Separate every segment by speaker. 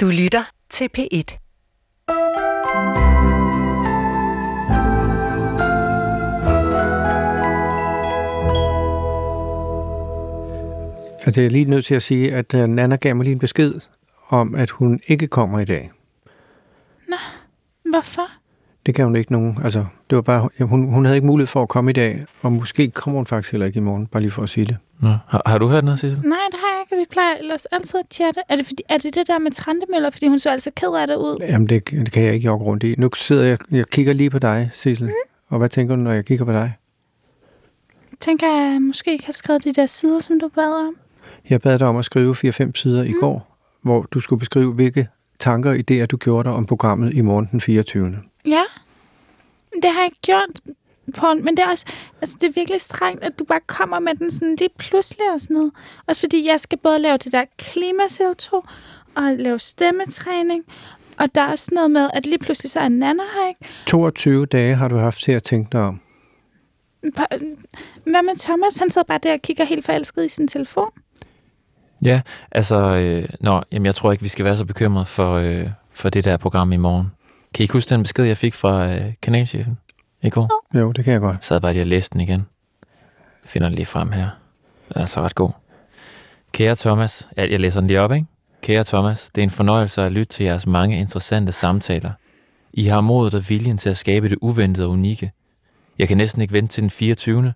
Speaker 1: Du lytter til P1.
Speaker 2: Altså, jeg er lige nødt til at sige, at øh, Nana gav mig lige en besked om, at hun ikke kommer i dag.
Speaker 3: Hvorfor?
Speaker 2: Det gav hun ikke nogen. Altså, det var bare, ja, hun, hun havde ikke mulighed for at komme i dag, og måske kommer hun faktisk heller ikke i morgen, bare lige for at sige det.
Speaker 4: Nå. Har, har du hørt noget, Sissel?
Speaker 3: Nej, det har jeg ikke. Vi plejer ellers altid at chatte. Er det, fordi, er det det der med trantemøller? Fordi hun så altså ked af det ud.
Speaker 2: Jamen, det, det kan jeg ikke jokke rundt i. Nu sidder jeg, jeg kigger lige på dig, Sissel. Mm. Og hvad tænker du, når jeg kigger på dig?
Speaker 3: Tænker jeg, jeg måske ikke har skrevet de der sider, som du bad om.
Speaker 2: Jeg bad dig om at skrive 4-5 sider mm. i går, hvor du skulle beskrive, hvilke tanker og idéer, du gjorde dig om programmet i morgen den 24.
Speaker 3: Ja. Men Det har jeg ikke gjort, Porn. Men det er også, altså det er virkelig strengt, at du bare kommer med den sådan lige pludselig og sådan noget. Også fordi jeg skal både lave det der klima CO2 og lave stemmetræning. Og der er også noget med, at lige pludselig så er Nana her, ikke?
Speaker 2: 22 dage har du haft til at tænke dig om.
Speaker 3: På- Hvad med Thomas? Han sidder bare der og kigger helt forelsket i sin telefon.
Speaker 4: Ja, altså, øh, nå, jamen, jeg tror ikke, vi skal være så bekymrede for, øh, for det der program i morgen. Kan I ikke huske den besked, jeg fik fra øh, kanalchefen i går?
Speaker 2: Jo, det kan jeg godt.
Speaker 4: Jeg sad bare lige og læste den igen. Jeg finder den lige frem her. Den er altså ret god. Kære Thomas, ja, jeg læser den lige op, ikke? Kære Thomas, det er en fornøjelse at lytte til jeres mange interessante samtaler. I har modet og viljen til at skabe det uventede og unikke. Jeg kan næsten ikke vente til den 24.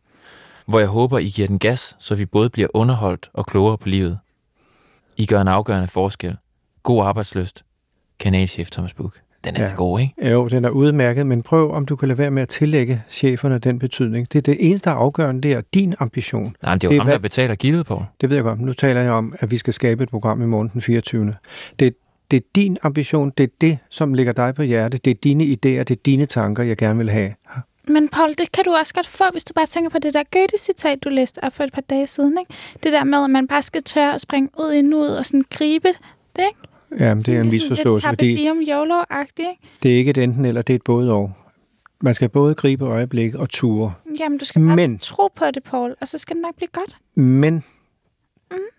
Speaker 4: Hvor jeg håber, I giver den gas, så vi både bliver underholdt og klogere på livet. I gør en afgørende forskel. God arbejdsløst. Kanalchef Thomas Buk. Den er
Speaker 2: Ja.
Speaker 4: ja. god, ikke?
Speaker 2: Jo, den er udmærket, men prøv om du kan lade være med at tillægge cheferne den betydning. Det er det eneste der er afgørende, det er din ambition.
Speaker 4: Nej, men det
Speaker 2: Det er
Speaker 4: er jo det ham,
Speaker 2: hvad-
Speaker 4: der betaler gildet på.
Speaker 2: Det ved jeg godt, men nu taler jeg om, at vi skal skabe et program i morgen den 24. Det, det er din ambition, det er det, som ligger dig på hjertet, det er dine idéer, det er dine tanker, jeg gerne vil have.
Speaker 3: Men Paul, det kan du også godt få, hvis du bare tænker på det der Goethe-citat, du læste op for et par dage siden. Ikke? Det der med, at man bare skal tørre og springe ud i nuet og sådan gribe det. Ikke?
Speaker 2: Jamen, det er en misforståelse,
Speaker 3: Sådan
Speaker 2: fordi
Speaker 3: lidt Carpe diem YOLO-agtigt. ikke?
Speaker 2: det er ikke et enten eller, det er et både og. Man skal både gribe øjeblik og ture.
Speaker 3: Jamen, du skal bare
Speaker 2: Men-
Speaker 3: Men. tro på det, Paul, og så skal det nok blive godt.
Speaker 2: Men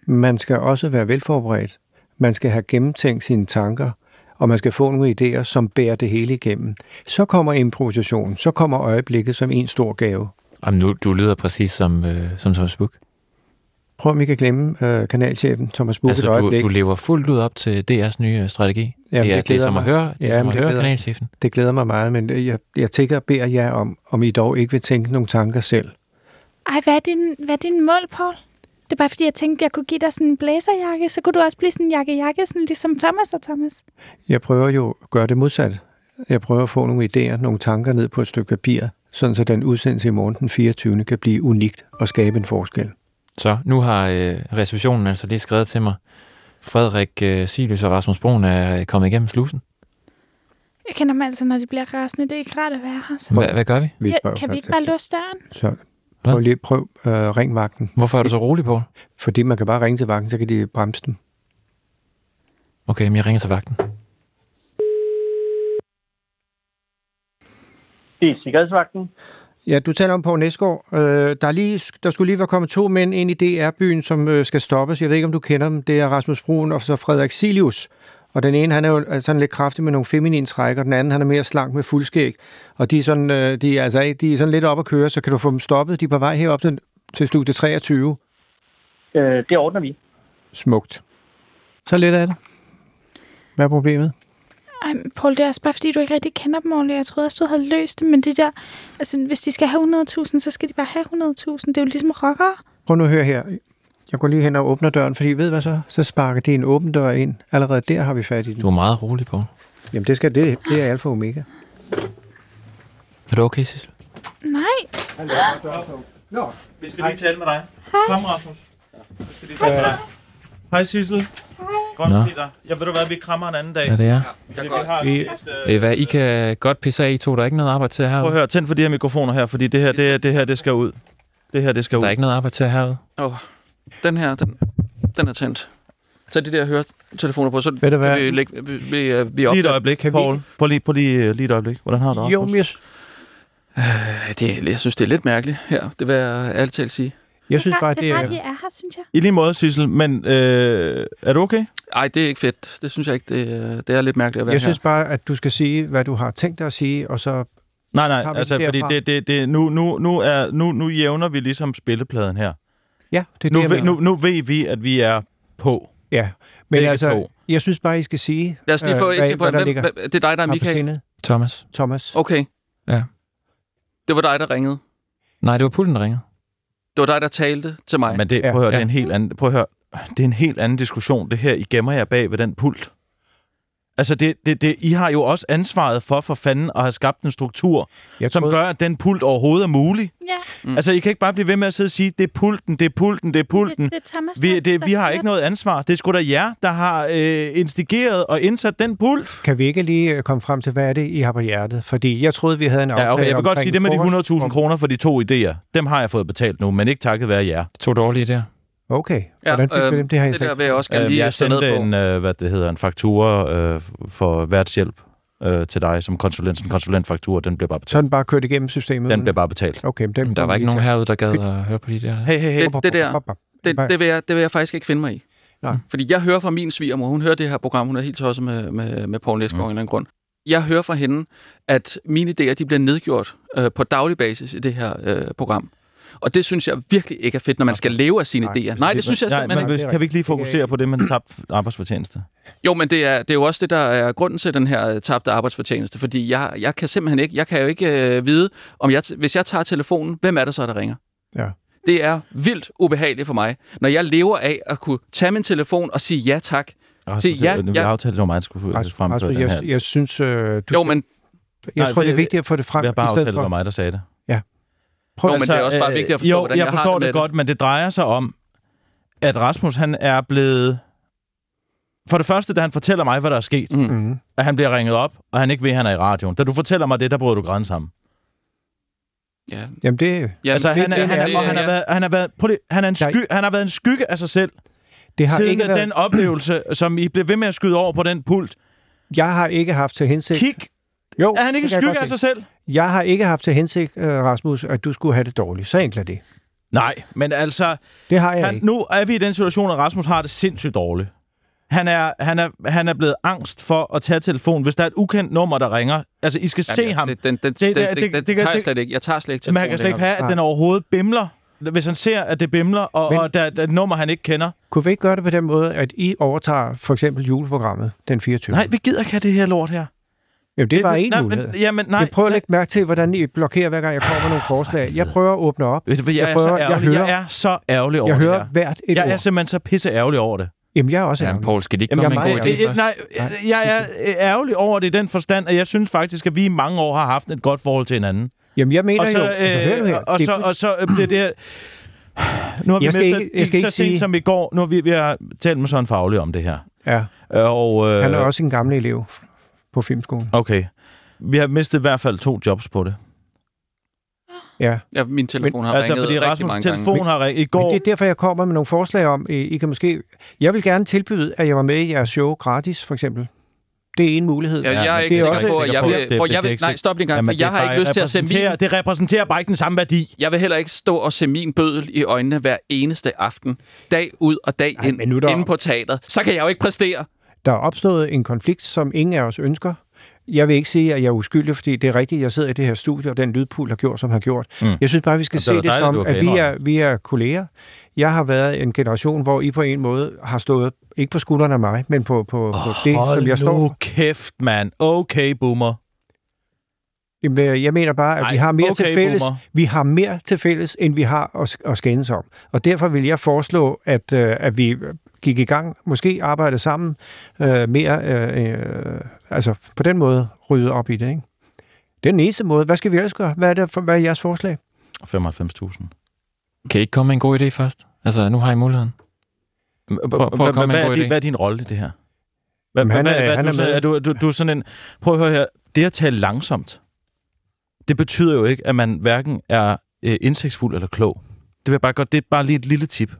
Speaker 2: man skal også være velforberedt. Man skal have gennemtænkt sine tanker, og man skal få nogle idéer, som bærer det hele igennem. Så kommer improvisationen, så kommer øjeblikket som en stor gave.
Speaker 4: Jamen nu, du lyder præcis som, øh, som Thomas Buk.
Speaker 2: Prøv om I kan glemme øh, kanalchefen Thomas Bukkes
Speaker 4: Altså, du,
Speaker 2: øjeblik.
Speaker 4: du lever fuldt ud op til DR's nye øh, strategi.
Speaker 2: Jamen,
Speaker 4: Jamen, det, er,
Speaker 2: det
Speaker 4: det, er
Speaker 2: glæder
Speaker 4: som
Speaker 2: mig.
Speaker 4: at høre, det er
Speaker 2: Jamen,
Speaker 4: som
Speaker 2: det
Speaker 4: at høre
Speaker 2: glæder mig.
Speaker 4: kanalchefen.
Speaker 2: Det glæder mig meget, men øh, jeg, jeg tænker og beder jer om, om I dog ikke vil tænke nogle tanker selv.
Speaker 3: Ej, hvad er din, hvad er din mål, Paul? Det er bare fordi, jeg tænkte, jeg kunne give dig sådan en blæserjakke, så kunne du også blive sådan en jakke-jakke, sådan ligesom Thomas og Thomas.
Speaker 2: Jeg prøver jo at gøre det modsat. Jeg prøver at få nogle idéer, nogle tanker ned på et stykke papir, sådan så den udsendelse i morgen den 24. kan blive unikt og skabe en forskel.
Speaker 4: Så nu har øh, reservationen altså lige skrevet til mig. Frederik øh, Silus og Rasmus Broen er øh, kommet igennem slusen.
Speaker 3: Jeg kender dem altså, når de bliver rasende. Det er ikke rart at være her. Så.
Speaker 4: Hva, hvad gør vi?
Speaker 2: Vi
Speaker 3: Ja,
Speaker 2: spørger
Speaker 3: kan vi ikke
Speaker 2: faktisk.
Speaker 3: bare låse døren?
Speaker 2: Så
Speaker 4: Hvad?
Speaker 2: prøv lige prøv øh, ring vagten,
Speaker 4: Hvorfor er du så rolig på?
Speaker 2: fordi man kan bare ringe til vagten, så kan de bremse dem.
Speaker 4: Okay, men jeg ringer til vagten.
Speaker 5: Det er Sikkerhedsvagten.
Speaker 2: Ja, du taler om på Næsgaard. Øh, der, er lige, der skulle lige være kommet to mænd ind i DR-byen, som øh, skal stoppes. Jeg ved ikke, om du kender dem. Det er Rasmus Brun og så Frederik Silius. Og den ene, han er jo øh, sådan lidt kraftig med nogle feminine træk, og den anden, han er mere slank med fuldskæg. Og de er sådan, øh, de er altså, ikke- de er sådan lidt op at køre, så kan du få dem stoppet. De er på vej herop til, til studie 23.
Speaker 5: Øh, det ordner vi.
Speaker 2: Smukt. Så lidt af det. Hvad er problemet?
Speaker 3: Ej, men Paul, det er også bare fordi, du ikke rigtig kender dem ordentligt. Jeg troede også, du havde løst det, men det der... Altså, hvis de skal have 100.000, så skal de bare have 100.000. Det er jo ligesom rockere.
Speaker 2: Prøv nu at høre her. Jeg går lige hen og åbner døren, fordi ved hvad så? Så sparker de en åben dør ind. Allerede der har vi fat i den.
Speaker 4: Du er meget rolig på.
Speaker 2: Jamen det, skal, det, det er alfa og omega.
Speaker 4: Er du okay, Sissel?
Speaker 3: Nej,
Speaker 6: Vi skal lige tale med dig. Kom, Rasmus. Vi skal lige tale med dig. Hej, Sissel. Godt
Speaker 4: Nå.
Speaker 6: at se dig. Jeg ved du hvad, vi krammer en anden dag.
Speaker 4: Ja, det er.
Speaker 6: Fordi vi har
Speaker 2: Vi-
Speaker 6: et, øh,
Speaker 4: Øh, hvad, I kan godt pisse af, I to. Der er ikke noget arbejde til
Speaker 6: Prøv at
Speaker 4: herude.
Speaker 6: høre, tænd for de her mikrofoner her, fordi det her, det, det her, det skal ud. Det her, det skal
Speaker 4: Der er
Speaker 6: ud.
Speaker 4: ikke noget arbejde til herude.
Speaker 7: Den her, den, den er tændt. Så de der høretelefoner på, så
Speaker 2: Ved du hvad?
Speaker 7: kan vi, lægge, vi, vi, øh, vi op.
Speaker 6: Lige et øjeblik,
Speaker 2: Kan vi-
Speaker 6: Paul. Prøv lige, prøv lige, øh, lige et øjeblik. Hvordan har du det,
Speaker 2: Jo,
Speaker 6: Rasmus?
Speaker 2: men jeg,
Speaker 7: Ja, det, jeg synes, det er lidt mærkeligt her. Det vil jeg ærligt talt sige.
Speaker 2: Jeg synes
Speaker 3: rart-
Speaker 2: bare, det
Speaker 3: det er
Speaker 2: er...
Speaker 3: rart, I er her, synes jeg.
Speaker 6: I lige måde, Sissel, men øh, er du okay?
Speaker 7: Ej, det er ikke fedt. Det synes jeg ikke. Det, øh, det er lidt mærkeligt at være
Speaker 2: Jeg synes
Speaker 7: her.
Speaker 2: bare, at du skal sige, hvad du har tænkt dig at sige, og så...
Speaker 6: Nej, nej,
Speaker 2: tager vi den
Speaker 6: altså, fordi
Speaker 2: derfra.
Speaker 6: det, det, det, nu, nu, nu, er, nu, nu jævner vi ligesom spillepladen her.
Speaker 2: Ja, det er
Speaker 6: Nu,
Speaker 2: det, jeg
Speaker 6: ved,
Speaker 2: mener.
Speaker 6: nu, nu ved vi, at vi er på.
Speaker 2: Ja, men
Speaker 6: Begge
Speaker 2: altså,
Speaker 6: to.
Speaker 2: jeg synes bare, I skal sige,
Speaker 7: Lad os lige få
Speaker 2: øh,
Speaker 7: et eksempel. på
Speaker 2: hvad, hvad der
Speaker 7: det.
Speaker 2: ligger
Speaker 7: Hvem- hvem- Det er dig, der er
Speaker 2: ham på
Speaker 7: Michael.
Speaker 2: sinde.
Speaker 4: Thomas.
Speaker 2: Thomas.
Speaker 7: Okay.
Speaker 4: Ja.
Speaker 7: Det var dig, der ringede.
Speaker 4: Nej, det var pulten, der ringede.
Speaker 7: Det var dig, der talte til mig.
Speaker 6: Men det,
Speaker 2: Ja.
Speaker 6: prøv at høre, det er
Speaker 4: Ja.
Speaker 6: en helt anden, prøv at høre, det er en helt anden diskussion. Det her, I gemmer jer bag ved den pult. Altså, det, det, det, I har jo også ansvaret for, for fanden, at have skabt en struktur,
Speaker 2: Jeg
Speaker 6: som
Speaker 2: troede-
Speaker 6: gør, at den pult overhovedet er mulig.
Speaker 3: Ja,
Speaker 7: Mm.
Speaker 6: Altså, I kan ikke bare blive ved med at sidde og sige, det er pulten, det er pulten, det er
Speaker 3: det,
Speaker 6: pulten.
Speaker 3: det er Thomas,
Speaker 6: Vi,
Speaker 3: der-
Speaker 6: det,
Speaker 3: der
Speaker 6: vi har
Speaker 3: siger
Speaker 6: ikke noget ansvar. Det er sgu da jer, der har øh, instigeret og indsat den pult.
Speaker 2: Kan vi ikke lige øh, komme frem til, hvad er det, I har på hjertet? Fordi jeg troede, vi havde en aftale
Speaker 6: Ja, okay, jeg vil godt
Speaker 2: omkring
Speaker 6: sige, det med de
Speaker 2: frokost.
Speaker 6: 100.000 kroner for de to idéer, dem har jeg fået betalt nu, men ikke takket være jer.
Speaker 4: To dårlige der.
Speaker 2: Okay, hvordan fik
Speaker 7: øhm,
Speaker 2: vi dem? Det har jeg
Speaker 7: det
Speaker 2: slet
Speaker 7: der vil jeg også gerne
Speaker 6: Øh,
Speaker 7: lige
Speaker 6: jeg
Speaker 7: stå ned
Speaker 6: sendte
Speaker 7: på.
Speaker 6: en, øh, hvad det hedder, en faktura øh, for værtshjælp øh, til dig som konsulent. Sådan en konsulentfaktura, den bliver bare betalt.
Speaker 2: Så er den bare kørt igennem systemet?
Speaker 6: Den bliver bare betalt.
Speaker 2: Okay, men den
Speaker 4: Jamen, der var ikke nogen herude, der gad at høre på de der.
Speaker 6: Hey, hey, hey.
Speaker 7: Det, det der, det, det, vil jeg, det vil jeg faktisk ikke finde mig i.
Speaker 2: Nej.
Speaker 7: Fordi jeg hører fra min svigermor, hun hører det her program, hun er helt tosset med, med, med Poul Næsgaard mm. af en eller anden grund. Jeg hører fra hende, at mine idéer de bliver nedgjort øh, på daglig basis i det her øh, program. Og det synes jeg virkelig ikke er fedt, når man skal leve af sine
Speaker 2: Nej,
Speaker 7: idéer. Nej, det synes jeg
Speaker 6: Nej, men
Speaker 7: simpelthen ikke.
Speaker 6: hvis-
Speaker 2: Det er
Speaker 6: kan vi ikke lige
Speaker 2: rigtigt.
Speaker 6: fokusere på det, man tabte arbejdsfortjeneste?
Speaker 7: Jo, men det er, det er jo også det, der er grunden til den her øh, tabte arbejdsfortjeneste. Fordi jeg, jeg kan simpelthen ikke, jeg kan jo ikke øh, vide, om jeg, t- hvis jeg tager telefonen, hvem er det så, der ringer?
Speaker 2: Ja.
Speaker 7: Det er vildt ubehageligt for mig, når jeg lever af at kunne tage min telefon og sige ja tak.
Speaker 6: Rasmus,
Speaker 7: ja,
Speaker 6: øh, Vi
Speaker 7: ja.
Speaker 6: aftalte, det var mig, der skulle Rasmus, fremføre
Speaker 2: Rasmus,
Speaker 6: den her.
Speaker 2: altså, jeg, jeg synes, øh, du,
Speaker 7: Jo, men mm,
Speaker 2: jeg
Speaker 6: Nej,
Speaker 2: tror, det er
Speaker 6: det-
Speaker 2: vigtigt at få det frem.
Speaker 6: Vi har bare
Speaker 2: i stedet
Speaker 6: aftalt, det
Speaker 2: for-
Speaker 6: var mig, der sagde det.
Speaker 2: Prøv altså,
Speaker 7: Jo, men det er også bare
Speaker 6: øh,
Speaker 7: vigtigt at forstå,
Speaker 6: jo,
Speaker 7: hvordan
Speaker 6: jeg
Speaker 7: jeg har
Speaker 6: forstår
Speaker 7: det med
Speaker 6: det
Speaker 7: det.
Speaker 6: godt, men det drejer sig om, at Rasmus han er blevet... For det første, da han fortæller mig, hvad der er sket,
Speaker 7: Mm.
Speaker 2: Mhm.
Speaker 6: at han bliver ringet op, og han ikke ved, at han er i radioen. Da du fortæller mig det, der bryder du grænsen sammen.
Speaker 7: ja,
Speaker 2: Jamen, det,
Speaker 7: ja,
Speaker 6: altså, han, er, han, er, og han, har været, han, har været, prøv lige, han, er en
Speaker 2: Der-
Speaker 6: sky, han har været en skygge af sig selv,
Speaker 2: det har
Speaker 6: siden
Speaker 2: ikke
Speaker 6: af
Speaker 2: været,
Speaker 6: den oplevelse, som I blev ved med at skyde over på den pult.
Speaker 2: Jeg har ikke haft til hensigt...
Speaker 6: Kig,
Speaker 2: jo,
Speaker 6: er
Speaker 2: Uh,
Speaker 6: han
Speaker 2: det
Speaker 6: ikke en
Speaker 2: kan jeg
Speaker 6: skygge Altså-
Speaker 2: godt
Speaker 6: af
Speaker 2: se.
Speaker 6: sig selv?
Speaker 2: Jeg har ikke haft til hensigt, øh, Rasmus, at du skulle have det dårligt. Så enkelt er det.
Speaker 6: Nej, men altså,
Speaker 2: Det har jeg
Speaker 6: han,
Speaker 2: ikke.
Speaker 6: nu er vi i den situation, at Rasmus har det sindssygt dårligt. Han er, han, er, han er blevet angst for at tage telefonen, hvis der er et ukendt nummer, der ringer. Altså, I skal se ham.
Speaker 7: Den, den, den,
Speaker 6: Det- det-
Speaker 7: den,
Speaker 6: det-
Speaker 7: den, den,
Speaker 6: det-
Speaker 7: den
Speaker 6: det-
Speaker 7: tager jeg
Speaker 6: det-
Speaker 7: slet ikke. Jeg tager slet ikke
Speaker 6: Men han
Speaker 7: telefonen
Speaker 6: kan slet ikke
Speaker 7: længere.
Speaker 6: have, at den overhovedet bimler. Hvis han ser, at det bimler, og,
Speaker 2: Men-
Speaker 6: og der, der er et nummer, han ikke kender.
Speaker 2: Kunne vi ikke gøre det på den måde, at I overtager for eksempel juleprogrammet den 24.
Speaker 6: Nej, vi gider ikke have det her lort her.
Speaker 2: Jamen, det var en
Speaker 6: nej,
Speaker 2: mulighed.
Speaker 6: Men, jamen, nej.
Speaker 2: jeg prøver at lægge mærke til, hvordan I blokerer, hver gang jeg kommer med nogle forslag. Jeg prøver at åbne op.
Speaker 6: Ved du, hvad, jeg,
Speaker 2: Jeg
Speaker 6: jeg,
Speaker 2: prøver-
Speaker 6: er så
Speaker 2: jeg
Speaker 6: ærgerlig. Jeg,
Speaker 2: hører-
Speaker 6: jeg er så ærgerlig over
Speaker 2: Jeg
Speaker 6: det
Speaker 2: hører
Speaker 6: her.
Speaker 2: hvert et
Speaker 6: Jeg er
Speaker 2: ord.
Speaker 6: simpelthen så pisse ærgerlig over det.
Speaker 2: Jamen, jeg er også
Speaker 4: Jamen,
Speaker 2: ærgerlig.
Speaker 4: Poul, skal det ikke
Speaker 2: Jamen,
Speaker 4: komme med
Speaker 2: jeg
Speaker 4: en
Speaker 2: er
Speaker 4: god
Speaker 2: meget
Speaker 4: idé
Speaker 6: Det,
Speaker 4: først?
Speaker 6: nej, jeg er øh, ærgerlig over det i den forstand, at jeg synes faktisk, at vi i mange år har haft et godt forhold til hinanden.
Speaker 2: Jamen, jeg mener
Speaker 6: Og så, øh,
Speaker 2: jo... altså, hør nu her.
Speaker 6: og,
Speaker 2: Det er
Speaker 6: så, og så øh, bliver det her... Nu har vi
Speaker 2: Jeg skal
Speaker 6: mistet-
Speaker 2: ikke- jeg skal
Speaker 6: så
Speaker 2: ikke
Speaker 6: sent
Speaker 2: sige-
Speaker 6: som i går, nu har vi, vi har talt med Søren Faglig om det her.
Speaker 2: Ja,
Speaker 6: Og, øh,
Speaker 2: han er også en gammel elev på filmskolen.
Speaker 6: Okay. Vi har mistet i hvert fald to jobs på det.
Speaker 2: Ja.
Speaker 7: Ja, min telefon har
Speaker 6: altså,
Speaker 7: ringet
Speaker 6: fordi
Speaker 7: rigtig
Speaker 6: Rasmus'
Speaker 7: mange
Speaker 6: telefon
Speaker 7: gange.
Speaker 6: har ringet i
Speaker 2: Men
Speaker 6: går.
Speaker 2: det er derfor, jeg kommer med nogle forslag om, I, I kan måske... Jeg vil gerne tilbyde, at jeg var med i jeres show gratis, for eksempel. Det er en mulighed.
Speaker 7: Ja, jeg er
Speaker 6: men
Speaker 7: ikke
Speaker 2: det er
Speaker 7: sikker
Speaker 2: også-
Speaker 7: på, at jeg
Speaker 6: Det- det-
Speaker 7: vil... hvor
Speaker 6: det- det
Speaker 7: jeg
Speaker 6: er
Speaker 7: vil-
Speaker 6: ikke
Speaker 7: Nej,
Speaker 6: sikkert.
Speaker 7: stop lige en gang, for
Speaker 6: Jamen,
Speaker 7: jeg
Speaker 6: det
Speaker 7: har
Speaker 6: bare
Speaker 7: ikke lyst til at sende min
Speaker 6: repræsenterer- Det repræsenterer bare ikke den samme værdi.
Speaker 7: Jeg vil heller ikke stå og se min bødel i øjnene hver eneste aften, dag ud og dag
Speaker 2: Ej,
Speaker 7: ind,
Speaker 2: men nu er der-
Speaker 7: inde på teateret. Så kan jeg jo ikke præstere.
Speaker 2: Der er opstået en konflikt, som ingen af os ønsker. Jeg vil ikke sige, at jeg er uskyldig, fordi det er rigtigt, jeg sidder i det her studie, og den lydpul har gjort, som har gjort. Mm. Jeg synes bare, vi skal
Speaker 6: Jamen, det er
Speaker 2: se
Speaker 6: da
Speaker 2: det
Speaker 6: dejligt,
Speaker 2: som,
Speaker 6: du har
Speaker 2: at vi
Speaker 6: indrømmet
Speaker 2: er, vi er kolleger. Jeg har været en generation, hvor I på en måde har stået, ikke på skuldrene af mig, men på, på, oh, på det, som jeg
Speaker 6: Hold
Speaker 2: står
Speaker 6: nu
Speaker 2: for.
Speaker 6: kæft, mand. Okay, boomer.
Speaker 2: Jamen, øh, Jeg mener bare, at
Speaker 6: Ej,
Speaker 2: vi har, mere
Speaker 6: okay,
Speaker 2: til fælles,
Speaker 6: boomer.
Speaker 2: vi har mere til fælles, end vi har at, at skændes om. Og derfor vil jeg foreslå, at, øh, at vi gik i gang, måske arbejde sammen øh, mere, øh, øh, altså på den måde rydde op i det, ikke? Det er den eneste måde. Hvad skal vi ellers gøre? Hvad er, det for, hvad er jeres forslag?
Speaker 6: 95.000.
Speaker 4: Kan I ikke komme med en god idé først? Altså, nu har I muligheden. prøv at
Speaker 6: Hvad-
Speaker 4: komme med en
Speaker 6: hvad er
Speaker 4: god
Speaker 6: din-
Speaker 4: idé.
Speaker 6: Hvad er din rolle i det her? Hvad,
Speaker 2: Jamen,
Speaker 6: hvad,
Speaker 2: han er-
Speaker 6: hvad, hvad
Speaker 2: han
Speaker 6: du
Speaker 2: er
Speaker 6: sådan-
Speaker 2: med.
Speaker 6: er du, du, du er sådan en... Prøv at høre her. Det at tale langsomt, det betyder jo ikke, at man hverken er øh, indsigtsfuld eller klog. Det vil jeg bare godt... Det er bare lige et lille tip.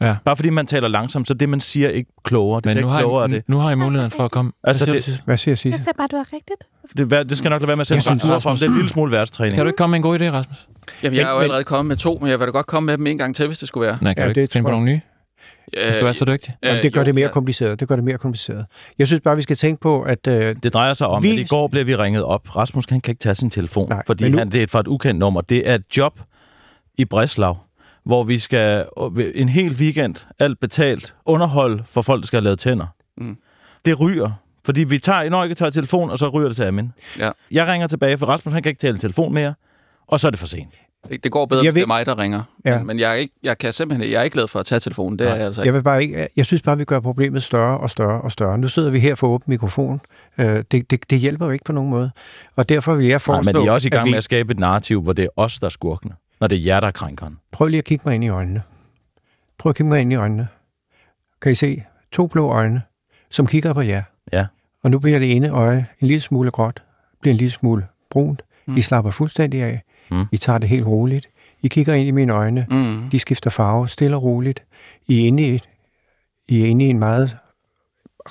Speaker 4: Ja.
Speaker 6: Bare fordi man taler langsomt, så det, man siger, er ikke klogere. Det
Speaker 4: Men
Speaker 6: bliver
Speaker 4: nu
Speaker 6: ikke
Speaker 4: har,
Speaker 6: klogere af
Speaker 4: I,
Speaker 6: det.
Speaker 4: nu har I muligheden for at komme.
Speaker 6: Altså,
Speaker 4: Hvad
Speaker 6: det-
Speaker 4: siger du, Sisse?
Speaker 2: Hvad siger Sisse?
Speaker 3: Jeg sagde bare, at du har rigtigt.
Speaker 6: det. vær- Det skal nok lade være med at sætte
Speaker 4: synes,
Speaker 6: synes, ud fra, om det er en lille smule værtstræning.
Speaker 4: Kan du ikke komme med en god idé, Rasmus?
Speaker 7: Jamen, jeg er jo
Speaker 6: Men-
Speaker 7: allerede kommet med to, men jeg vil da godt komme med dem en gang til, hvis det skulle være.
Speaker 4: Nej, kan
Speaker 2: Ja,
Speaker 4: ja, du
Speaker 2: det
Speaker 4: ikke finde
Speaker 2: tror
Speaker 4: på nogle nye, hvis du er så dygtig?
Speaker 7: Øh,
Speaker 2: Jamen, det gør
Speaker 7: jo,
Speaker 2: det mere
Speaker 7: ja.
Speaker 2: kompliceret. Det gør det mere kompliceret. Jeg synes bare, vi skal tænke på, at øh,
Speaker 6: Det drejer sig om,
Speaker 2: Vi-
Speaker 6: vi... at i går blev vi ringet op. Rasmus han kan ikke tage sin telefon,
Speaker 2: Nej,
Speaker 6: Nej, fordi
Speaker 2: men nu-
Speaker 6: nu... han, det er fra et ukendt nummer. Det er et job i Breslav, hvor vi skal øh, en hel weekend, alt betalt, underhold for folk, der skal have lavet tænder.
Speaker 7: Mm.
Speaker 6: Mm. Det ryger. Fordi vi tager, når ikke tager telefon, og så ryger det til Amin.
Speaker 7: Ja.
Speaker 6: Jeg ringer tilbage, for Rasmus han kan ikke tale i telefon mere, og så er det for sent.
Speaker 7: Det, det går bedre,
Speaker 2: Jeg
Speaker 7: hvis
Speaker 2: ved-
Speaker 7: det er mig, der ringer.
Speaker 2: Ja.
Speaker 7: Men, men jeg, er ikke, jeg kan simpelthen jeg er ikke glad for at tage telefonen. Det er jeg altså ikke.
Speaker 2: jeg, vil bare ikke, jeg synes bare, vi gør problemet større og større og større. Nu sidder vi her for åben mikrofon. Øh, det, det, det hjælper jo ikke på nogen måde. Og derfor vil jeg
Speaker 6: Nej,
Speaker 2: foreslå...
Speaker 6: men de er også i gang
Speaker 2: vi,
Speaker 6: med at skabe et narrativ, hvor det er os, der er skurkene, når det er jer, der er krænkeren.
Speaker 2: Prøv lige at kigge mig ind i øjnene. Prøv at kigge mig ind i øjnene. Kan I se to blå øjne, som kigger på jer?
Speaker 6: Ja.
Speaker 2: Og nu bliver det ene øje en lille smule gråt, bliver en lille smule brunt. Mm. I slapper fuldstændig af.
Speaker 6: Mm.
Speaker 2: I tager det helt roligt. I kigger ind i mine øjne.
Speaker 7: Mm.
Speaker 2: De skifter farve stille og roligt. I er inde i, I er inde i en meget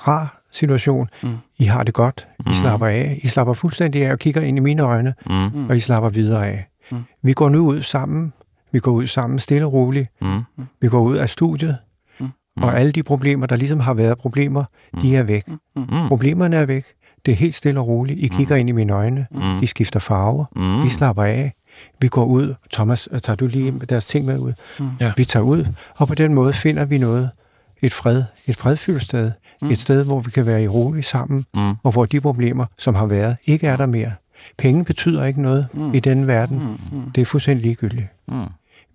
Speaker 2: rar situation. Mm. I har det godt. I mm. slapper af. I slapper fuldstændig af og kigger ind i mine øjne, mm. og I slapper videre af. Mm. Vi går nu ud sammen. Vi går ud sammen stille og roligt.
Speaker 6: Mm.
Speaker 2: Vi går ud af studiet. Mm. Og alle de problemer, der ligesom har været problemer, mm. de er væk. Mm. Problemerne er væk. Det er helt stille og roligt. I kigger ind i mine øjne. Mm. De skifter farver. Mm. Vi slapper af. Vi går ud. Thomas, øh, tager du lige deres ting med ud?
Speaker 4: Ja.
Speaker 2: Vi tager ud, og på den måde finder vi noget. Et fred, et fredfyldt sted. Mm. Et sted, hvor vi kan være i rolig sammen, mm. og hvor de problemer, som har været, ikke er der mere. Penge betyder ikke noget mm. i denne verden. Mm. Det er fuldstændig ligegyldigt. Mm.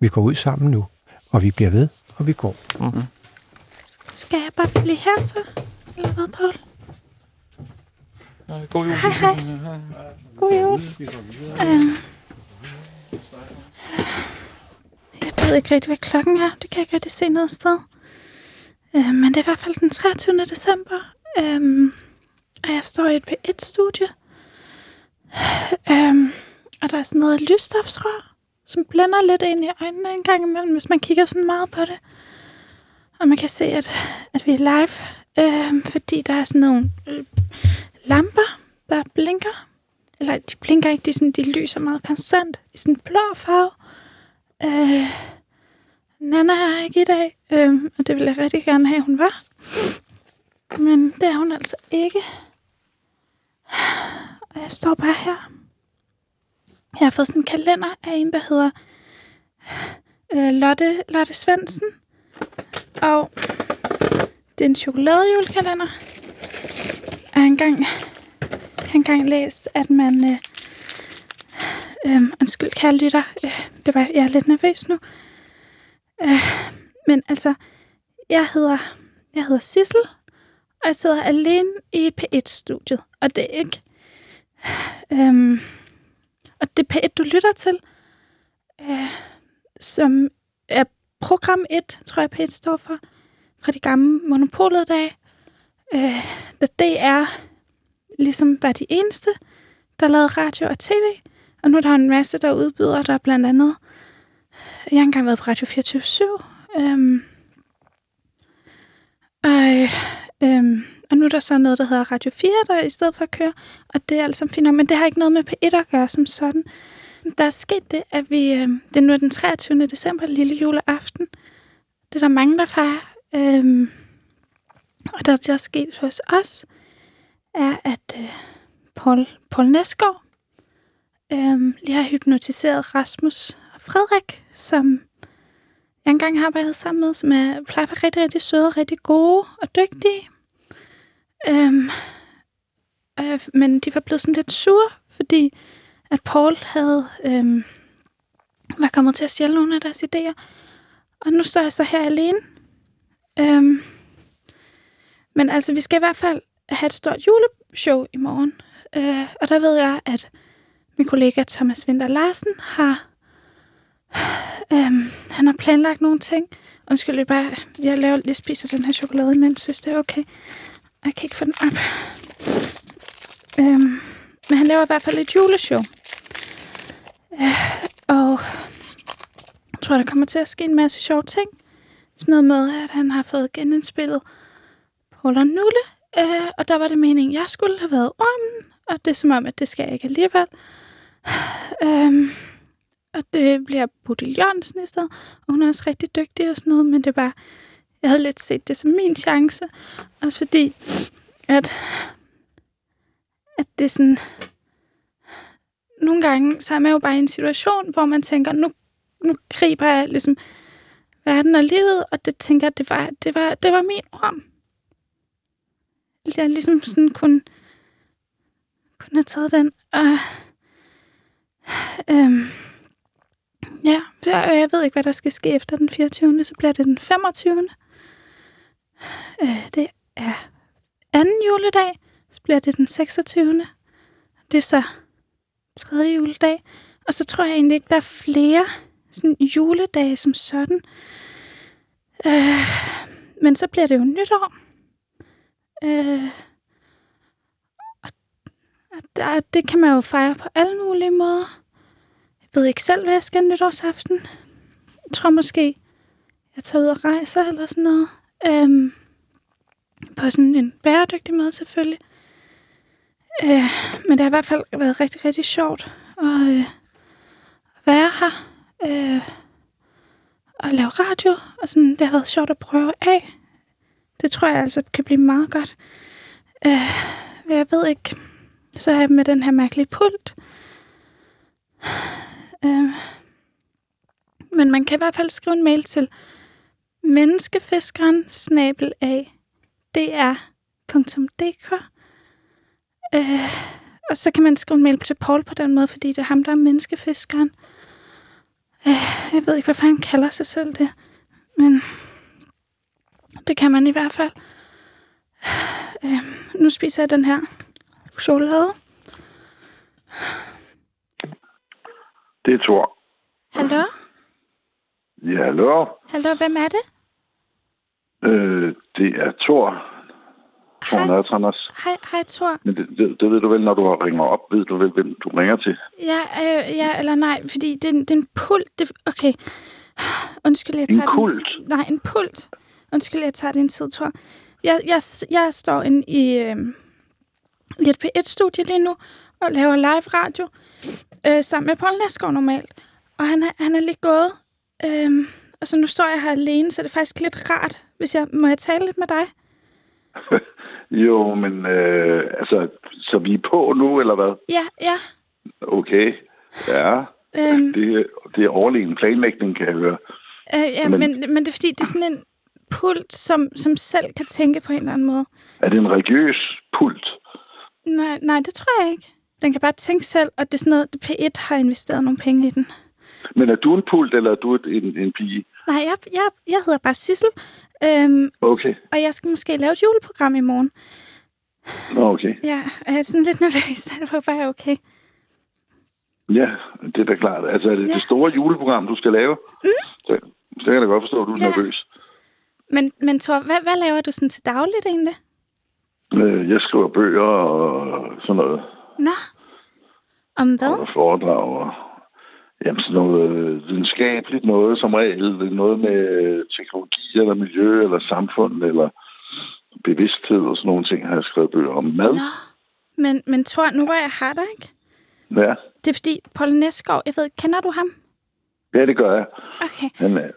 Speaker 2: Vi går ud sammen nu, og vi bliver ved, og vi går.
Speaker 3: Skal jeg bare blive her så? Eller hvad, Paul?
Speaker 6: God jul.
Speaker 3: Hej, hej. God jul. Øhm. Jeg ved ikke rigtig, hvad klokken er. Det kan jeg ikke rigtig se noget sted. Øhm, men det er i hvert fald den 23. december. Øhm, og jeg står i et P1-studie. Øhm, og der er sådan noget lysstofsrør, som blænder lidt ind i øjnene en gang imellem, hvis man kigger sådan meget på det. Og man kan se, at, at vi er live, øhm, fordi der er sådan nogle øh, lamper, der blinker. Eller de blinker ikke, de, er sådan, de lyser meget konstant i sådan en blå farve. Øh, Nana er her ikke i dag, øh, og det ville jeg rigtig gerne have, hun var. Men det er hun altså ikke. Og jeg står bare her. Jeg har fået sådan en kalender af en, der hedder øh, Lotte, Lotte Svendsen. Og det er en chokoladejulekalender. Jeg har engang, jeg har engang læst, at man... Øh, øh, undskyld, kære lytter. Øh, det var, jeg er lidt nervøs nu. Øh, men altså, jeg hedder, jeg hedder Sissel, og jeg sidder alene i P1-studiet. Og det er ikke... Øh, og det P1, du lytter til, øh, som er program 1, tror jeg P1 står for, fra de gamle monopolet dage, Øh, da DR ligesom var de eneste, der lavede radio og tv. Og nu er der jo en masse, der udbyder der er blandt andet. Jeg har engang været på Radio 24 øhm, og, øhm, og nu er der så noget, der hedder Radio 4, der i stedet for at køre. Og det er alt sammen fint nok, men det har ikke noget med P1 at gøre som sådan. Der er sket det, at vi... Øhm, det er nu den 23. december, lille juleaften. Det er der mange, der fejrer. Øhm, og der, der er sket hos os, er, at øh, Paul, Paul Næsgaard øh, lige har hypnotiseret Rasmus og Frederik, som jeg engang har arbejdet sammen med, som er, plejer at være rigtig, rigtig søde, rigtig gode og dygtige. Øhm, øh, men de var blevet sådan lidt sure, fordi at Paul havde, øhm, var kommet til at stjæle nogle af deres idéer. Og nu står jeg så her alene. Øhm, men altså, vi skal i hvert fald have et stort juleshow i morgen. Øh, og der ved jeg, at min kollega Thomas Vinter Larsen har... Øhm, han har planlagt nogle ting. Undskyld, jeg, bare, jeg laver, jeg spiser den her chokolade imens, hvis det er okay. Jeg kan ikke få den op. Øhm, men han laver i hvert fald et juleshow. Øh, og jeg tror, der kommer til at ske en masse sjove ting. Sådan noget med, at han har fået genindspillet Paul og Nulle, øh, og der var det meningen, jeg skulle have været ormen, og det er som om, at det skal jeg ikke alligevel. øhm, og det bliver Bodil Jørgensen i stedet, og hun er også rigtig dygtig og sådan noget, men det er bare, jeg havde lidt set det som min chance, også fordi, at, at det er sådan, nogle gange, så er man jo bare i en situation, hvor man tænker, nu, nu griber jeg ligesom verden og livet, og det tænker, jeg, det var, det var, det var min orm. Jeg ligesom sådan kunne, kunne have taget den, og øhm, ja, så, og jeg ved ikke, hvad der skal ske efter den 24. Så bliver det den 25. Øh, det er anden juledag, så bliver det den 26. Det er så tredje juledag. Og så tror jeg egentlig ikke, der er flere sådan juledage som sådan. Øh, men så bliver det jo nytår. Øh, og, og der, det kan man jo fejre på alle mulige måder. Jeg ved ikke selv, hvad jeg skal nytårsaften. Jeg tror måske, jeg tager ud og rejser eller sådan noget. Øh, på sådan en bæredygtig måde selvfølgelig. Øh, men det har i hvert fald været rigtig, rigtig sjovt at, øh, at være her øh, og lave radio. Og sådan, det har været sjovt at prøve af. Det tror jeg altså kan blive meget godt. Øh, jeg ved ikke, så er jeg med den her mærkelige pult. Øh, men man kan i hvert fald skrive en mail til menneskefiskeren snabel af dr.dk. Øh, og så kan man skrive en mail til Paul på den måde, fordi det er ham, der er menneskefiskeren. Øh, jeg ved ikke, hvorfor han kalder sig selv det, men det kan man i hvert fald. Øh, nu spiser jeg den her chokolade.
Speaker 1: Det er Thor.
Speaker 3: Hallo?
Speaker 1: Ja, hallo.
Speaker 3: Hallo, hvem er det?
Speaker 1: Øh, det er Thor. Thor
Speaker 3: Hej.
Speaker 1: Natranders.
Speaker 3: Hej, hej Thor.
Speaker 1: Men det, det, det ved du vel, når du ringer op, ved du vel, hvem du ringer til.
Speaker 3: Ja, øh, ja eller nej, fordi det, er en- det er en pult. Det, okay. Undskyld, jeg
Speaker 1: En
Speaker 3: tager din...
Speaker 1: kult?
Speaker 3: Nej, en pult. Undskyld, jeg tager din tid, tror jeg. Jeg, jeg står inde i, øh, i et P1-studie lige nu og laver live radio øh, sammen med Paul Næsgaard normalt. Og han er, han er lige gået. Øh, og så nu står jeg her alene, så det er faktisk lidt rart, hvis jeg... Må jeg tale lidt med dig?
Speaker 1: Jo, men øh, altså, så vi er på nu, eller hvad?
Speaker 3: Ja, ja.
Speaker 1: Okay. Ja,
Speaker 3: Øh,
Speaker 1: det, det er overlegen planlægning, kan jeg høre.
Speaker 3: Øh, ja, men,
Speaker 1: Men-
Speaker 3: men, men det er fordi, det er sådan en pult, som, som selv kan tænke på en eller anden måde.
Speaker 1: Er det en religiøs pult?
Speaker 3: Nej, nej, det tror jeg ikke. Den kan bare tænke selv, og det er sådan noget, P1 har investeret nogle penge i den.
Speaker 1: Men er du en pult, eller er du et, en, en pige?
Speaker 3: Nej, jeg, jeg, jeg hedder bare Sissel, øhm,
Speaker 1: Okay,
Speaker 3: og jeg skal måske lave et juleprogram i morgen.
Speaker 1: Nå, okay.
Speaker 3: Ja, og jeg er sådan lidt nervøs. Jeg håber, jeg er okay.
Speaker 1: Ja, det er da klart. Altså, er det
Speaker 3: Ja.
Speaker 1: ja. det store juleprogram, du skal lave? Mm. Så, så kan jeg da godt forstå, at du er
Speaker 3: Ja.
Speaker 1: ja. nervøs.
Speaker 3: Men, men Thor, hvad, hvad laver du sådan til dagligt egentlig?
Speaker 1: Øh, Jeg skriver bøger og sådan noget,
Speaker 3: Nå, om hvad?
Speaker 1: og foredrag og jamen, sådan noget øh, videnskabeligt noget som regel. Noget med øh, teknologi eller miljø eller samfund eller bevidsthed og sådan nogle ting har jeg skrevet bøger om. Mad,
Speaker 3: Nå, men, men Thor, nu hvor jeg har dig, ikke?
Speaker 1: ja.
Speaker 3: Det er fordi, Paul Næsgaard, jeg ved, kender du ham?
Speaker 1: Ja, det gør jeg.
Speaker 3: Okay,
Speaker 1: Han er,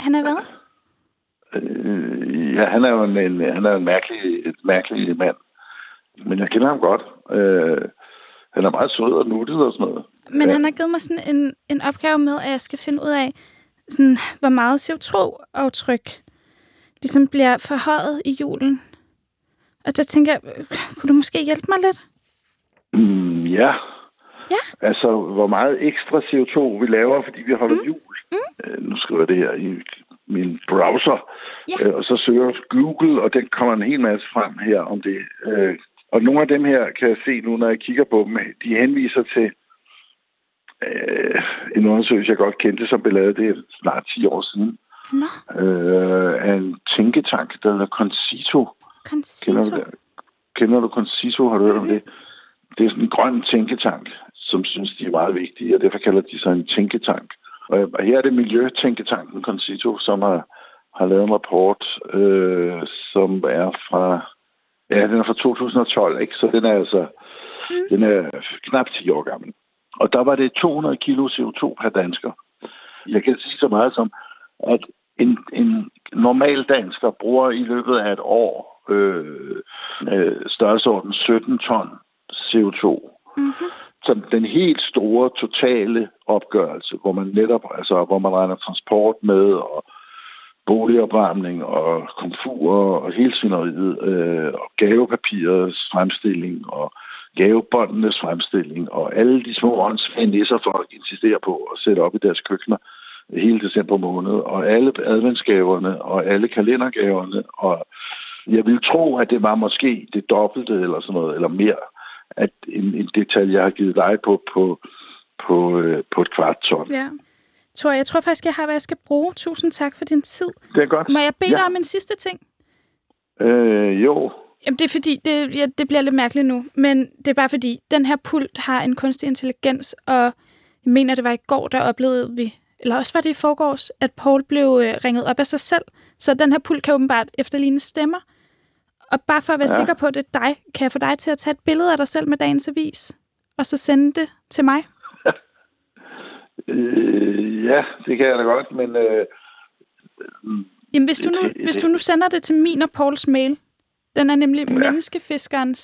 Speaker 3: han er hvad?
Speaker 1: øh, ja, han er jo en, en, han er en mærkelig, et mærkelig mand. Men jeg kender ham godt. Øh, han er meget sød og nuttet og sådan noget.
Speaker 3: Men
Speaker 1: Ja.
Speaker 3: han har givet mig sådan en, en opgave med, at jeg skal finde ud af, sådan, hvor meget CO2-aftryk ligesom bliver forhøjet i julen. Og der tænker jeg, øh, kunne du måske hjælpe mig lidt?
Speaker 1: Mm, ja.
Speaker 3: Ja.
Speaker 1: Altså, hvor meget ekstra CO2 vi laver, fordi vi holder mm. jul. Mm. Øh, nu skriver jeg det her i min browser,
Speaker 3: Ja.
Speaker 1: øh, og så søger Google, og den kommer en hel masse frem her om det. Øh, og nogle af dem her kan jeg se nu, når jeg kigger på dem, de henviser til øh, en undersøgelse, jeg godt kendte, som blev lavet det er snart 10 år siden,
Speaker 3: Nå,
Speaker 1: øh, af en tænketank, der hedder Concito. Øh, Kender du,
Speaker 3: Concito.
Speaker 1: det? Kender du Concito? Har du hørt om det? Det er sådan en grøn tænketank, som synes, de er meget vigtige, og derfor kalder de sig en tænketank. Og og her er det Miljøtænketanken Concito, som har har lavet en rapport, øh, som er fra... Ja, den er fra 2012, ikke? Så den er altså... Den er knap 10 år gammel. Og der var det 200 kilo CO2 per dansker. Jeg kan sige så meget som, at en, en normal dansker bruger i løbet af et år øh, øh, størrelsesorden 17 ton CO2 sådan den helt store totale opgørelse, hvor man netop, altså hvor man regner transport med og boligopvarmning og komfurer og hele svineriet, øh, og gavepapirets fremstilling og gavebåndenes fremstilling og alle de små åndsfærdige nisser, folk insisterer på at sætte op i deres køkkener hele december måned, og alle adventsgaverne og alle kalendergaverne, og jeg vil tro, at det var måske det dobbelte eller sådan noget, eller mere, at en, en detalje, jeg har givet dig på, på, på, øh, på et kvart ton.
Speaker 3: Ja. Tor, jeg tror faktisk, jeg har, hvad jeg skal bruge. Tusind tak for din tid.
Speaker 1: Det er godt.
Speaker 3: Må jeg bede
Speaker 1: Ja.
Speaker 3: ja. dig om en sidste ting?
Speaker 1: Øh, jo,
Speaker 3: Jamen, det er fordi, det, ja, det bliver lidt mærkeligt nu, men det er bare fordi, den her pult har en kunstig intelligens, og jeg mener, det var i går, der oplevede vi, eller også var det i forgårs, at Paul blev øh, ringet op af sig selv, så den her pult kan åbenbart efterligne stemmer. Og bare for at være ja.
Speaker 1: Ja.
Speaker 3: sikker på, at det er dig, kan jeg få dig til at tage et billede af dig selv med dagens avis, og så sende det til mig?
Speaker 1: øh, ja, det kan jeg da godt, men øh,
Speaker 3: Jamen, hvis du nu,
Speaker 1: Det- det-
Speaker 3: hvis du nu sender det til min og Pauls mail, den er nemlig øh, ja.
Speaker 1: Ja.
Speaker 3: menneskefiskeren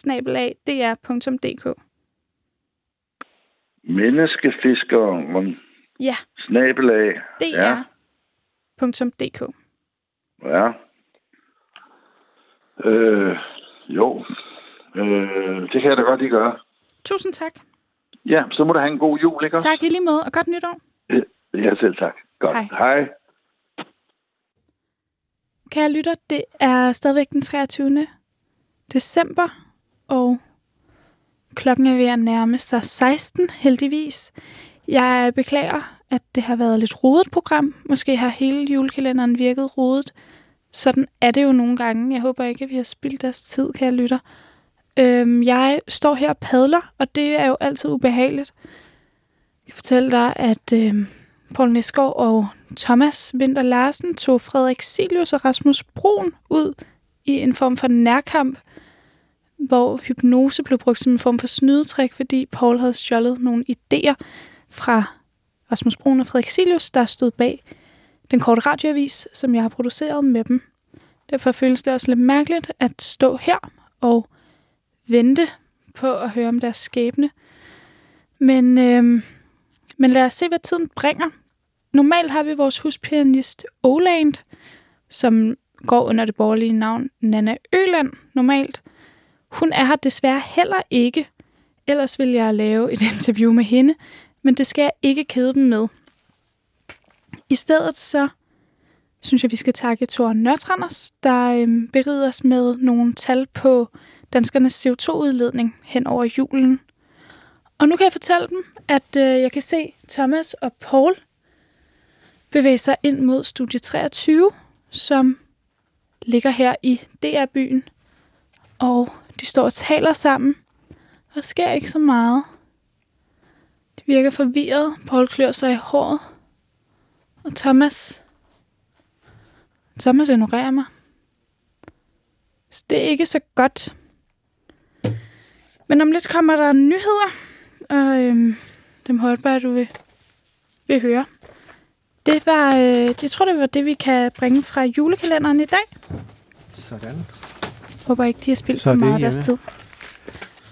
Speaker 1: menneskefiskeren,
Speaker 3: Ja,
Speaker 1: snabelag, Ja.
Speaker 3: dr.dk.
Speaker 1: ja. Øh, jo, øh, det kan jeg da godt lige gøre.
Speaker 3: Tusind tak.
Speaker 1: Ja, så må du have en god jul, ikke? også?
Speaker 3: Tak i lige måde, og godt nytår.
Speaker 1: Øh, Ja, selv tak. Godt.
Speaker 3: Hej.
Speaker 1: Hej.
Speaker 3: Kære lytter, det er stadigvæk den 23. december, og klokken er ved at nærme sig 16, heldigvis. Jeg beklager, at det har været et lidt rodet program. Måske har hele julekalenderen virket rodet. Sådan er det jo nogle gange. Jeg håber ikke, at vi har spildt deres tid, kære lytter. Øhm, jeg står her og padler, og det er jo altid ubehageligt. Jeg kan fortælle dig, at øhm, Poul Nesgaard og Thomas Vinter Larsen tog Frederik Silius og Rasmus Brun ud i en form for nærkamp, hvor hypnose blev brugt som en form for snydetrik, fordi Paul havde stjålet nogle idéer fra Rasmus Brun og Frederik Silius, der stod bag den korte radioavis, som jeg har produceret med dem. Derfor føles det også lidt mærkeligt at stå her og vente på at høre om deres skæbne. Men, øhm, men lad os se, hvad tiden bringer. Normalt har vi vores huspianist Oland, som går under det borgerlige navn Nana Øland normalt. Hun er her desværre heller ikke. Ellers vil jeg lave et interview med hende, men det skal jeg ikke kede dem med. I stedet så synes jeg, vi skal takke Thor Nørtranders, der øhm, berider os med nogle tal på danskernes CO2-udledning hen over julen. Og nu kan jeg fortælle dem, at øh, jeg kan se Thomas og Paul bevæge sig ind mod studie 23, som ligger her i DR-byen. Og de står og taler sammen. Der sker ikke så meget. De virker forvirret. Paul klør sig i håret. Og Thomas... Thomas ignorerer mig. Så det er ikke så godt. Men om lidt kommer der nyheder, og øhm, dem håber jeg, du vil, vil høre. Det var, øh, jeg tror, det var det, vi kan bringe fra julekalenderen i dag.
Speaker 2: Sådan.
Speaker 3: Håber ikke, de har spildt
Speaker 2: Så
Speaker 3: for
Speaker 2: er det
Speaker 3: meget af deres tid.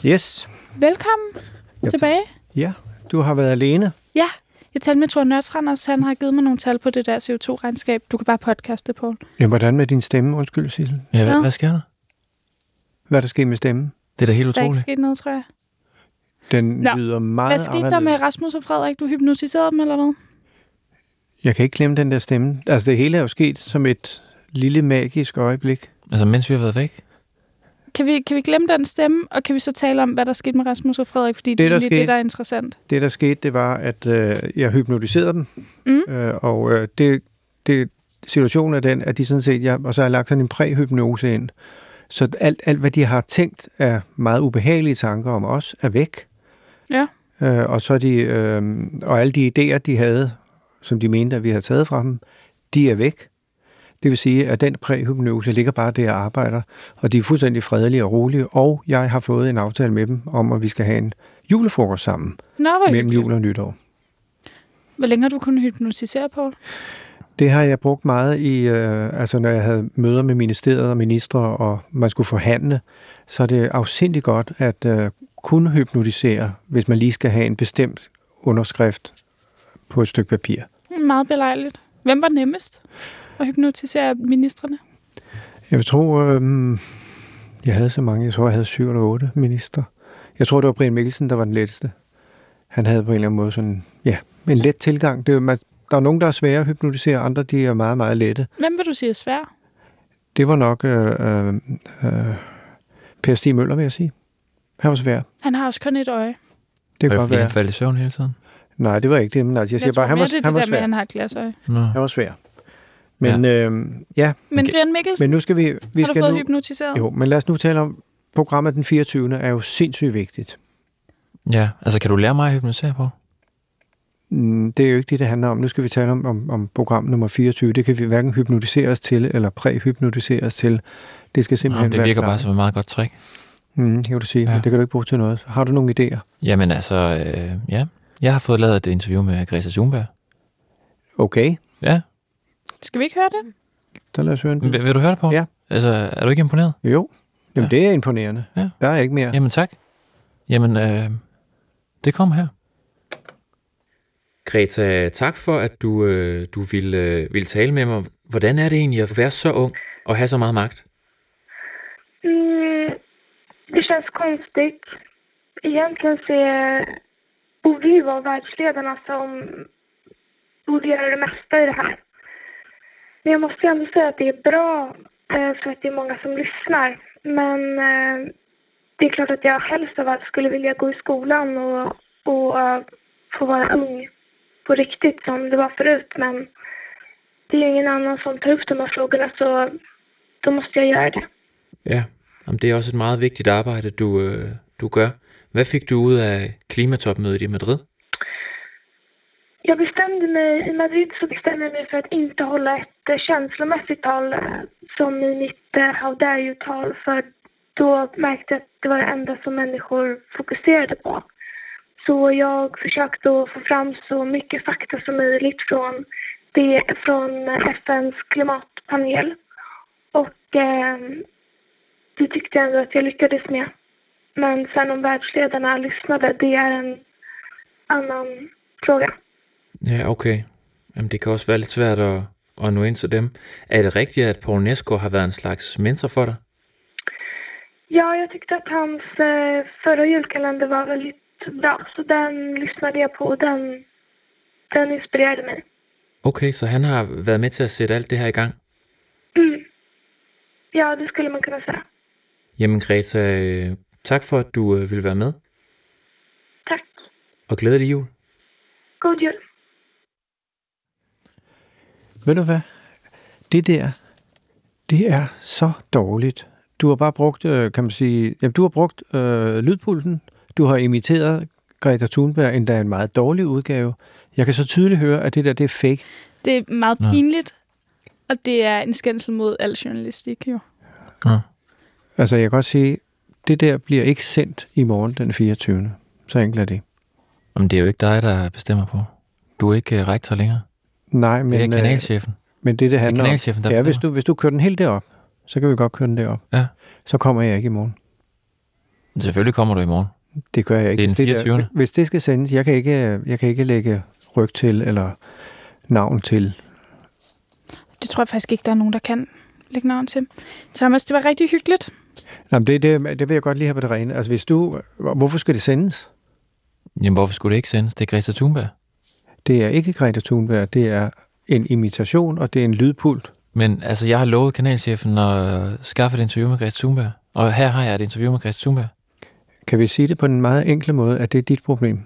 Speaker 2: hjemme. Yes.
Speaker 3: Velkommen
Speaker 2: Jo,
Speaker 3: jo, tilbage.
Speaker 2: Ja, du har været alene.
Speaker 3: Ja, jeg talte med Thor Nørstranders. Han har givet mig nogle tal på det der CO2-regnskab. Du kan bare podcaste, Poul.
Speaker 2: Jamen, hvordan med din stemme? Undskyld, Sissel.
Speaker 4: Ja, hvad,
Speaker 3: Nå.
Speaker 4: hvad sker der?
Speaker 2: Hvad er der sker med stemmen?
Speaker 4: Det er da helt
Speaker 3: Der er ikke
Speaker 4: utroligt.
Speaker 3: sket noget, tror jeg.
Speaker 2: Den
Speaker 3: Nå,
Speaker 2: lyder meget
Speaker 3: Hvad skete der
Speaker 2: anderledes.
Speaker 3: med Rasmus og Frederik? Du hypnotiserede dem, eller hvad?
Speaker 2: Jeg kan ikke glemme den der stemme. Altså, det hele er jo sket som et lille magisk øjeblik.
Speaker 4: Altså, mens vi har været væk?
Speaker 3: Kan vi, kan vi glemme den stemme, og kan vi så tale om, hvad der skete med Rasmus og Frederik? Fordi det, det
Speaker 2: der
Speaker 3: er lige
Speaker 2: skete-
Speaker 3: det, der er interessant.
Speaker 2: Det, der skete, det var, at øh, jeg hypnotiserede dem.
Speaker 3: Mm.
Speaker 2: Øh, og øh, det, det, situationen er den, at de sådan set... Jeg, og så har jeg lagt sådan en præhypnose ind. Så alt, alt, hvad de har tænkt af meget ubehagelige tanker om os, er væk.
Speaker 3: Ja.
Speaker 2: Øh, og, så er de, øh, og alle de idéer, de havde, som de mente, at vi havde taget fra dem, de er væk. Det vil sige, at den præhypnose ligger bare der og arbejder, og de er fuldstændig fredelige og rolige, og jeg har fået en aftale med dem om, at vi skal have en julefrokost sammen
Speaker 3: Nå, hvor,
Speaker 2: mellem
Speaker 3: hyggeligt.
Speaker 2: jul og nytår.
Speaker 3: hvor længe har du kunnet hypnotisere, Poul?
Speaker 2: Det har jeg brugt meget i, øh, altså når jeg havde møder med ministeriet og ministre, og man skulle forhandle, så er det afsindigt godt at øh, kunne hypnotisere, hvis man lige skal have en bestemt underskrift på et stykke papir.
Speaker 3: Mm, Meget belejligt. Hvem var nemmest at hypnotisere af ministerne?
Speaker 2: Jeg vil tro, øh, jeg havde så mange, jeg tror jeg havde syv eller otte minister. Jeg tror, det var Brian Mikkelsen, der var den letteste. Han havde på en eller anden måde sådan, ja, en let tilgang. Det er, jo- man, der er nogen, der er svære at hypnotisere, andre de er meget, meget lette.
Speaker 3: Hvem vil du sige er svær?
Speaker 2: Det var nok øh, øh, øh, Per Stig Møller, vil jeg sige. Han var svær.
Speaker 3: Han har også kun et øje.
Speaker 2: Det
Speaker 4: Var
Speaker 2: kan
Speaker 4: det
Speaker 2: godt
Speaker 4: fordi,
Speaker 2: være.
Speaker 4: han faldt i søvn hele tiden?
Speaker 2: Nej, det var ikke det. Men altså, jeg siger
Speaker 3: Jeg
Speaker 2: bare,
Speaker 3: tror
Speaker 2: han
Speaker 3: mere,
Speaker 2: var,
Speaker 3: det er
Speaker 2: han var
Speaker 3: det der med, at
Speaker 2: svær.
Speaker 3: han har et glasøje.
Speaker 4: Nå.
Speaker 2: Han var svær. Men, ja. Øh, ja.
Speaker 3: Men
Speaker 4: Okay.
Speaker 3: okay. Brian Mikkelsen,
Speaker 2: men nu skal vi... vi
Speaker 3: har du
Speaker 2: skal
Speaker 3: fået
Speaker 2: nu...
Speaker 3: hypnotiseret?
Speaker 2: Jo, men lad os nu tale om... Programmet den 24. er jo sindssygt vigtigt.
Speaker 4: Ja, altså kan du lære mig at hypnotisere på?
Speaker 2: Mm, Det er jo ikke det, det handler om. Nu skal vi tale om, om, om program nummer 24. Det kan vi hverken hypnotisere os til eller præhypnotisere os til. Det skal
Speaker 4: Nå,
Speaker 2: simpelthen
Speaker 4: det virker
Speaker 2: være
Speaker 4: bare som et meget godt trick.
Speaker 2: Mm, det kan du sige, ja.
Speaker 4: Ja.
Speaker 2: men det kan du ikke bruge til noget. Har du nogle idéer?
Speaker 4: Jamen altså, øh, ja. Jeg har fået lavet et interview med Greta Thunberg.
Speaker 2: Okay,
Speaker 4: Ja,
Speaker 3: Skal vi ikke høre det?
Speaker 2: så lad os høre en bid.
Speaker 4: vil, vil du høre det på?
Speaker 2: Mm-hmm. Ja.
Speaker 4: Altså, er du ikke imponeret?
Speaker 2: Jo, Jamen, ja. det er imponerende.
Speaker 4: Ja.
Speaker 2: Der er ikke mere.
Speaker 4: Jamen tak. Jamen, øh, det kom her.
Speaker 8: Greta, tak for, at du, øh, du ville, øh, ville tale med mig. Hvordan er det egentlig at være så ung og have så meget magt?
Speaker 1: Mm, det känns konstigt. Egentligen så är, borde vi vara världsledarna som borde göra det mesta i det här. Men jag måste ju ändå säga att det är bra eh, för att det är många som lyssnar. Men eh, det är klart att jag helst av allt skulle vilja gå i skolan och, och eh, få vara ung på riktigt som det var förut. Men det är ju ingen annan som tar upp de här frågorna så då måste jag göra det.
Speaker 8: Ja, Jamen, det er også et meget vigtigt arbejde, du, øh, du gør. Hvad fik du ud af klimatopmødet i Madrid?
Speaker 1: Jag bestämde mig, i Madrid så bestämde jag mig för att inte hålla ett eh, känslomässigt tal eh, som i mitt eh, How dare you-tal för då märkte jag att det var det enda som människor fokuserade på. Så jag försökte att få fram så mycket fakta som möjligt från, det, från eh, FNs klimatpanel. Och eh, det tyckte jag ändå att jag lyckades med. Men sen om världsledarna lyssnade, det är en annan fråga.
Speaker 8: Ja, okay. Jamen, det kan også være lidt svært at, at nå ind til dem. Er det rigtigt, at Paul Nesgaard har været en slags mentor for dig?
Speaker 1: Ja, jag tyckte att hans eh, förra julkalender var väldigt bra. Så den lyssnade jag på och den, den inspirerade mig.
Speaker 8: Okay, så han har været med til at sætte alt det her i gang.
Speaker 1: Mm. Ja, det skulle man kunna säga.
Speaker 8: Jamen, Greta, øh, tak for, at du øh, ville være med.
Speaker 1: Tack.
Speaker 8: Og glædelig jul.
Speaker 1: God jul.
Speaker 2: Ved du hvad? Det der, det er så dårligt. Du har bare brugt, øh, kan man sige, jamen, du har brugt øh, lydpulten, du har imiteret Greta Thunberg, endda en meget dårlig udgave. Jeg kan så tydeligt høre, at det der, det er fake.
Speaker 3: Det er meget
Speaker 4: Nå.
Speaker 3: pinligt, og det er en skændsel mod al journalistik, jo.
Speaker 2: Altså, jeg kan godt sige, det der bliver ikke sendt i morgen den 24. Så enkelt er det.
Speaker 4: Jamen, det er jo ikke dig, der bestemmer på. Du er ikke øh, rektor længere.
Speaker 2: Nej, men
Speaker 4: Men, det er
Speaker 2: øh,
Speaker 4: kanalchefen.
Speaker 2: Men det, det handler
Speaker 4: kanalchefen, der
Speaker 2: om, ja, hvis
Speaker 4: bestemmer.
Speaker 2: du, hvis du kører den helt derop, så kan vi godt køre den derop.
Speaker 4: Ja.
Speaker 2: Så kommer jeg ikke i morgen.
Speaker 4: Selvfølgelig kommer du i morgen.
Speaker 2: Det gør jeg ikke.
Speaker 4: Det er den
Speaker 2: Hvis der-
Speaker 4: 24..
Speaker 2: hvis det skal sendes, jeg kan ikke, øh, jeg kan ikke lægge ryg til eller navn til.
Speaker 3: Det tror jeg faktisk ikke, der er nogen, der kan lægge navn til. Thomas, det var rigtig hyggeligt.
Speaker 2: Jamen, det, det, det vil jeg godt lige have på det rene. Altså, hvis du, hvorfor skal det sendes?
Speaker 4: Jamen, hvorfor skulle det ikke sendes? Det er Greta Thunberg.
Speaker 2: Det er ikke Greta Thunberg, det er en imitation, og det er en lydpult.
Speaker 4: Men altså, jeg har lovet kanalchefen at øh, skaffe et interview med Greta Thunberg. Og her har jeg et interview med Greta Thunberg.
Speaker 2: Kan vi sige det på den meget enkle måde, at det er dit problem?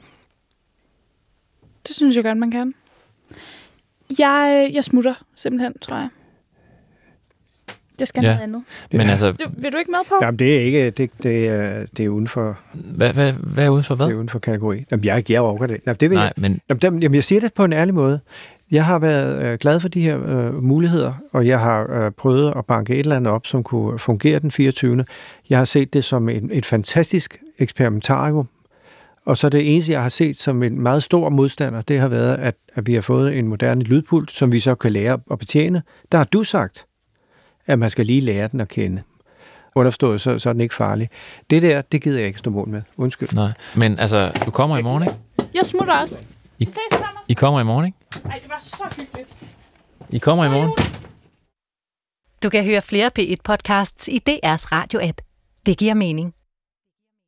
Speaker 3: Det synes jeg godt, man kan. Jeg, jeg smutter simpelthen, tror jeg. Jeg skal
Speaker 4: Ja.
Speaker 3: ja. noget andet.
Speaker 4: Men altså,
Speaker 3: Du, vil du ikke med på?
Speaker 2: Jamen, det er ikke, det, det, er, det er uden for,
Speaker 4: hvad, hvad, hvad er uden for hvad?
Speaker 2: det er uden for kategori. Jamen, jeg, jeg overgår det. Jamen, det vil jeg,
Speaker 4: Nej, men
Speaker 2: Jamen, dem, jamen, jeg siger det på en ærlig måde. Jeg har været øh, glad for de her øh, muligheder, og jeg har øh, prøvet at banke et eller andet op, som kunne fungere den 24. Jeg har set det som en, et fantastisk eksperimentarium, og så det eneste, jeg har set som en meget stor modstander, det har været, at, at vi har fået en moderne lydpult, som vi så kan lære at betjene. Der har du sagt, at man skal lige lære den at kende. Underforstået, så, så er den ikke farlig. Det der, det gider jeg ikke stå mål med. Undskyld.
Speaker 4: Nej. Men altså, du kommer i morgen, ikke?
Speaker 3: Jeg smutter også. Vi
Speaker 4: I-
Speaker 3: ses, Thomas.
Speaker 4: I kommer i morgen, ikke?
Speaker 3: Ej, det var så hyggeligt.
Speaker 4: I kommer i morgen.
Speaker 9: Du kan høre flere P1-podcasts i DR's radio-app. Det giver mening.